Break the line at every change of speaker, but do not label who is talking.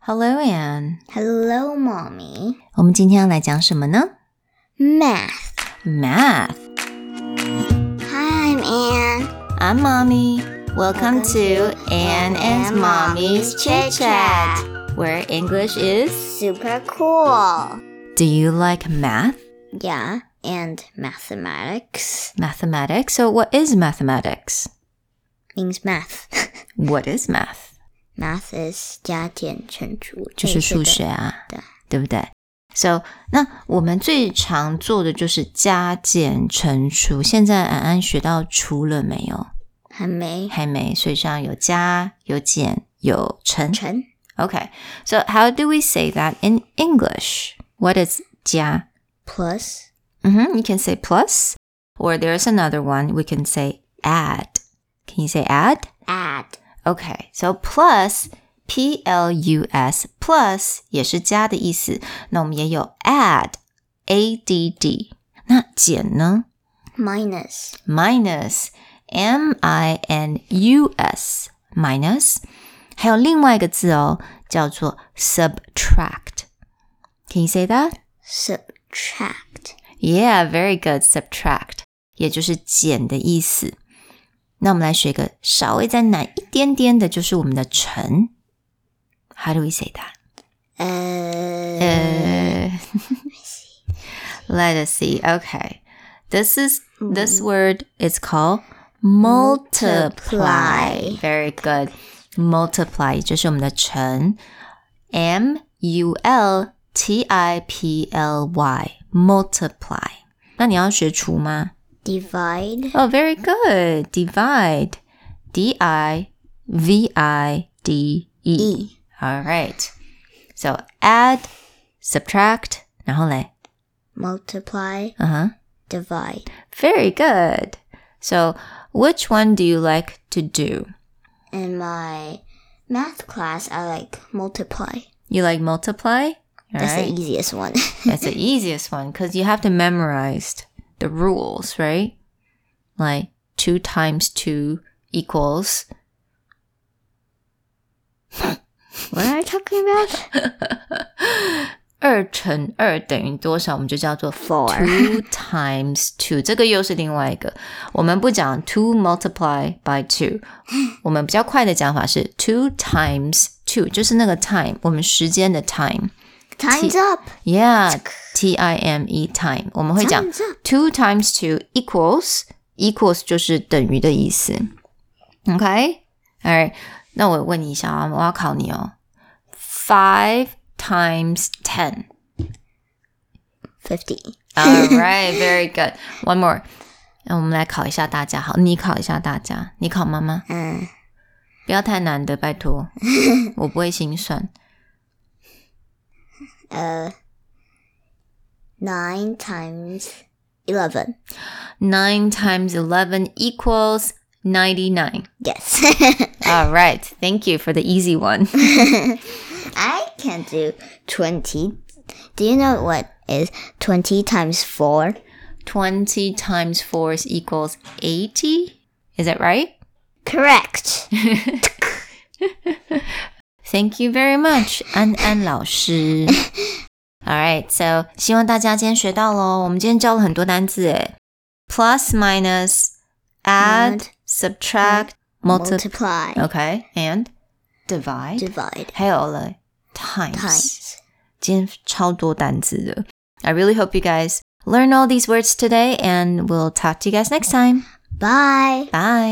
Hello, Anne。
Hello, mommy.
我们今天要来讲什么呢
Math.
？Math。
Hi, I'm Anne.
I'm Mommy. Welcome to Anne and Mommy's Chit Chat, where English is.
Super cool.
Do you like math?
Yeah, and mathematics
Mathematics. So, what is mathematics?
means math.
What is math?
math is 加减乘除，
就是数学
这一类的。
啊，
对
对不对？So，那我们最常做的就是加减乘除。现在安安学到除了没有？
还没
还没，所以上有加、有减、有乘。
乘
Okay, so how do we say that in English? What is 加
plus
Mm-hmm, you can say plus, or there's another one we can say add. Can you say add?
add
Okay, so plus P L U S plus 也是加的意思。那我们也有 add A D D。那减呢
minus
？minus M I N U S minus。还有另外一个字哦，叫做 subtract。Can you say that?
subtract
Yeah, very good. Subtract 也就是减的意思。那我们来学一个稍微再难一点点的，就是我们的乘。How do we say that?
呃、uh,
Uh, let us see. Okay, this is this word is called multiply.
Multiply.
Very good. Multiply 就是我们的乘，m u l t i p l y multiply。那你要学除吗？
divide
Oh, very good. Divide. D I V I D E.
E.
All right. So add, subtract, 然后嘞
multiply
Uh huh.
divide
Very good. So which one do you like to do?
in my math class I like multiply
You like multiply? All
that's
right.
the easiest one
That's the easiest one because you have to memorize the rules, right? Like two times two equals.
what are you talking about
二乘二等于多少？我们就叫做
Four
two times two。这个又是另外一个，我们不讲 two multiply by two，我们比较快的讲法是 two times two，就是那个 time，我们时间的 time。
time's up
Yeah，T I M E time，我们会讲
Time's up
two times two equals equals 就是等于的意思。OK，All right，那我问你一下啊，我要考你哦。Five times ten.
fifty
All right, very good. One more. 那我们来考一下大家，好，你考一下大家，你考妈妈，
嗯
不要太难的，拜托，我不会心算。
呃 nine times eleven
Nine times eleven equals ninety nine.
yes
All right, thank you for the easy one.
I can do twenty do you know what is twenty times four
20 times 4 is equals 80. Is that right?
correct
Thank you very much, 安安老 师。All right, so 希望大家今天学到喽。我们今天教了很多单字诶，plus minus add
Add,
subtract multiply
multiply
okay and divide，
divide
还有嘞 times。
times
今天超多单词的。I really hope you guys learn all these words today, and we'll talk to you guys next time.
bye
Bye.